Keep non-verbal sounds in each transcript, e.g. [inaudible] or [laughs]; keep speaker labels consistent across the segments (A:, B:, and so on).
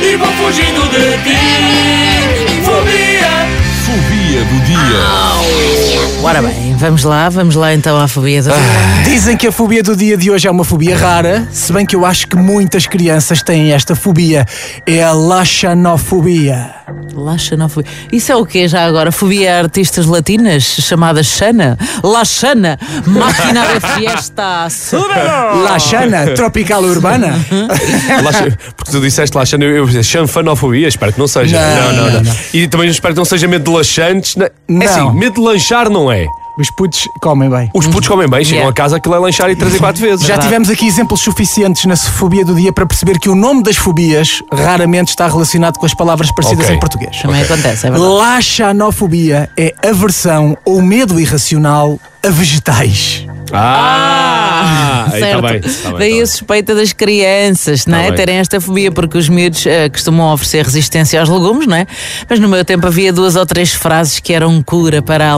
A: fugindo de ti. Fobia.
B: Fobia do dia.
C: Ora bem, vamos lá, vamos lá então à fobia do
D: Dizem que a fobia do dia de hoje é uma fobia rara, se bem que eu acho que muitas crianças têm esta fobia. É a laxanofobia.
C: Laxanofobia. Isso é o quê já agora? Fobia a artistas latinas, chamada Xana? Laxana, máquina de fiesta, súbelo!
D: Laxana, tropical urbana.
E: Laxa- Porque tu disseste laxando, eu eu pensei, chanfanofobia, espero que não seja.
D: Não, não, não.
E: E também espero que não seja medo de laxantes. na-
D: Não.
E: É assim, medo de lanchar não é.
D: Os putos comem bem.
E: Os putos comem bem, chegam
C: Yeah.
E: a casa, aquilo é lanchar e três e quatro vezes.
D: Já tivemos aqui exemplos suficientes na fobia do dia para perceber que o nome das fobias raramente está relacionado com as palavras parecidas
E: Ok.
D: em português.
C: Também acontece, é verdade.
D: Laxanofobia é aversão ou medo irracional a vegetais.
E: Ah! aí tá
C: Certo.
E: bem, tá bem, [laughs]
C: Daí
E: tá
C: a suspeita das crianças, não é?
E: bem.
C: Terem esta fobia, porque os miúdos eh, costumam oferecer resistência aos legumes, não é? Mas no meu tempo havia duas ou três frases que eram cura para a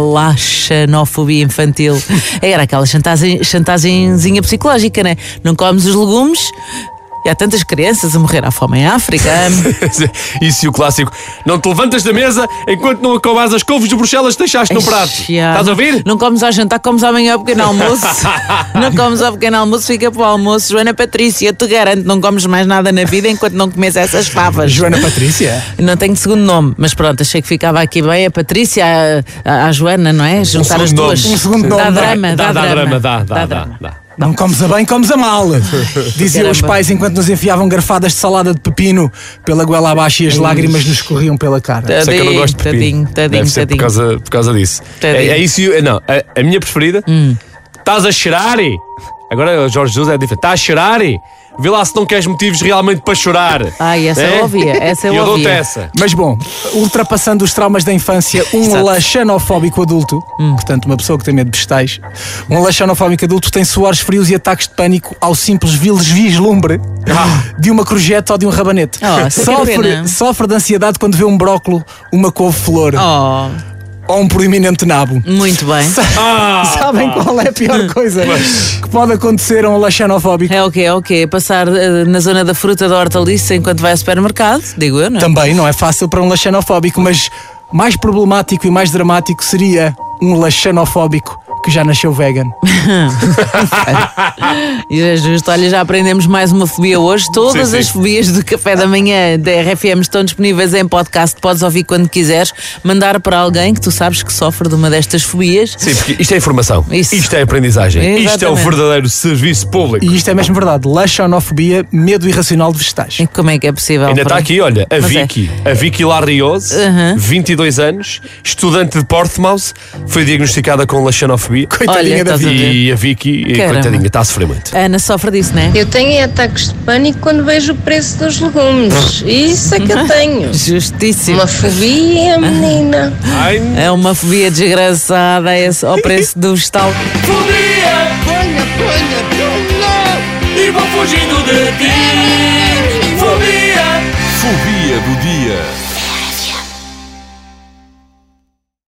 C: laxanofobia infantil. [laughs] Era aquela chantagem, chantagemzinha psicológica, não é? Não comes os legumes. E há tantas crianças a morrer à fome em África.
E: bem. Isso e o clássico. Não te levantas da mesa enquanto não acabares as couves de Bruxelas que deixaste no prato.
C: Eish, já.
E: Estás a ouvir?
C: É Não comes ao jantar, comes amanhã ao pequeno
E: [laughs]
C: almoço. não comes ao pequeno almoço, fica para o almoço. Joana Patrícia, eu te garanto, não comes mais nada na vida enquanto não comes essas favas.
D: Joana Patrícia.
C: Não tenho segundo nome, mas pronto, achei que ficava aqui bem a Patrícia, a, a- a Joana, não é? Juntar as
E: segundo
C: duas.
E: nome. Um
D: segundo nome,
C: Dá
D: não é?
C: drama, dá,
E: dá
C: drama.
E: dá, dá,
C: drama.
E: dá, dá.
D: Não comes a bem, comes
C: [laughs]
D: a mal. Diziam
C: Caramba.
D: os pais enquanto nos enfiavam garfadas de salada de pepino pela goela abaixo e
C: É
D: as lágrimas nos corriam pela cara.
E: Sei que eu não gosto de pepino.
C: Tadinho, tadinho,
E: Deve ser
C: tadinho.
E: Por, causa, por causa disso. É,
C: Tadinho. Hum.
E: é isso. e o- é, Não, a, a minha preferida. Estás a cheirar? e- Agora o Jorge Jesus é diferente. Estás a cheirar? e Vê lá se não queres motivos realmente para chorar.
C: Ai, essa eu ouvia, essa eu
E: E eu dou-te
C: ouvia.
E: essa.
D: Mas bom, ultrapassando os traumas da infância, um
C: Exato. Hum.
D: laxanofóbico adulto, portanto, uma pessoa que tem medo de vegetais, um laxanofóbico adulto tem suores frios e ataques de pânico ao simples viles vislumbre
C: Ah.
D: de uma crojeta ou de um rabanete.
C: Oh, isso é que é
D: sofre,
C: pena.
D: sofre de ansiedade quando vê um brócolo, uma couve-flor
C: Oh,
D: ou um proeminente nabo.
C: muito bem.
D: Sabem qual é a pior coisa que pode acontecer a um laxanofóbico?
C: É o quê? É o quê? Passar eh, na zona da fruta da hortaliça enquanto vai ao supermercado? Digo eu, não é?
D: Também não é fácil para um laxanofóbico, mas mais problemático e mais dramático seria um laxanofóbico que já nasceu vegan.
C: E é justo, olha, já aprendemos mais uma fobia hoje. Todas
E: Sim, sim.
C: as fobias do café da manhã da RFM estão disponíveis em podcast. Podes ouvir quando quiseres, mandar para alguém que tu sabes que sofre de uma destas fobias.
E: Sim, porque isto é informação.
C: Isso.
E: Isto é aprendizagem. Isto é o
C: Exatamente.
E: verdadeiro serviço público.
D: E isto é mesmo verdade. Laxanofobia, medo irracional de vegetais.
C: E Como é que é possível?
E: Ainda está
C: Pronto.
E: aqui, olha, a
C: Mas é.
E: Vicky, a Vicky Larriose, 22 anos, estudante de Portsmouth, foi diagnosticada com
C: [laughs]
E: laxanofobia.
D: Coitadinha
C: Olha,
D: da
C: estás a
D: vida.
C: ver.
E: E a Vicky, eh,
C: Caramba.
E: coitadinha, está a sofrer muito.
C: A Ana sofre disso, não é?
F: Eu tenho ataques de pânico quando vejo o preço dos legumes. Isso é que eu tenho.
C: Justíssimo.
F: Uma fobia, menina.
E: Ai,
C: É uma fobia desgraçada esse, ao preço do vegetal.
A: Fobia. Ponha, ponha, ponha. E vou fugindo de ti. Fobia.
B: Fobia do dia.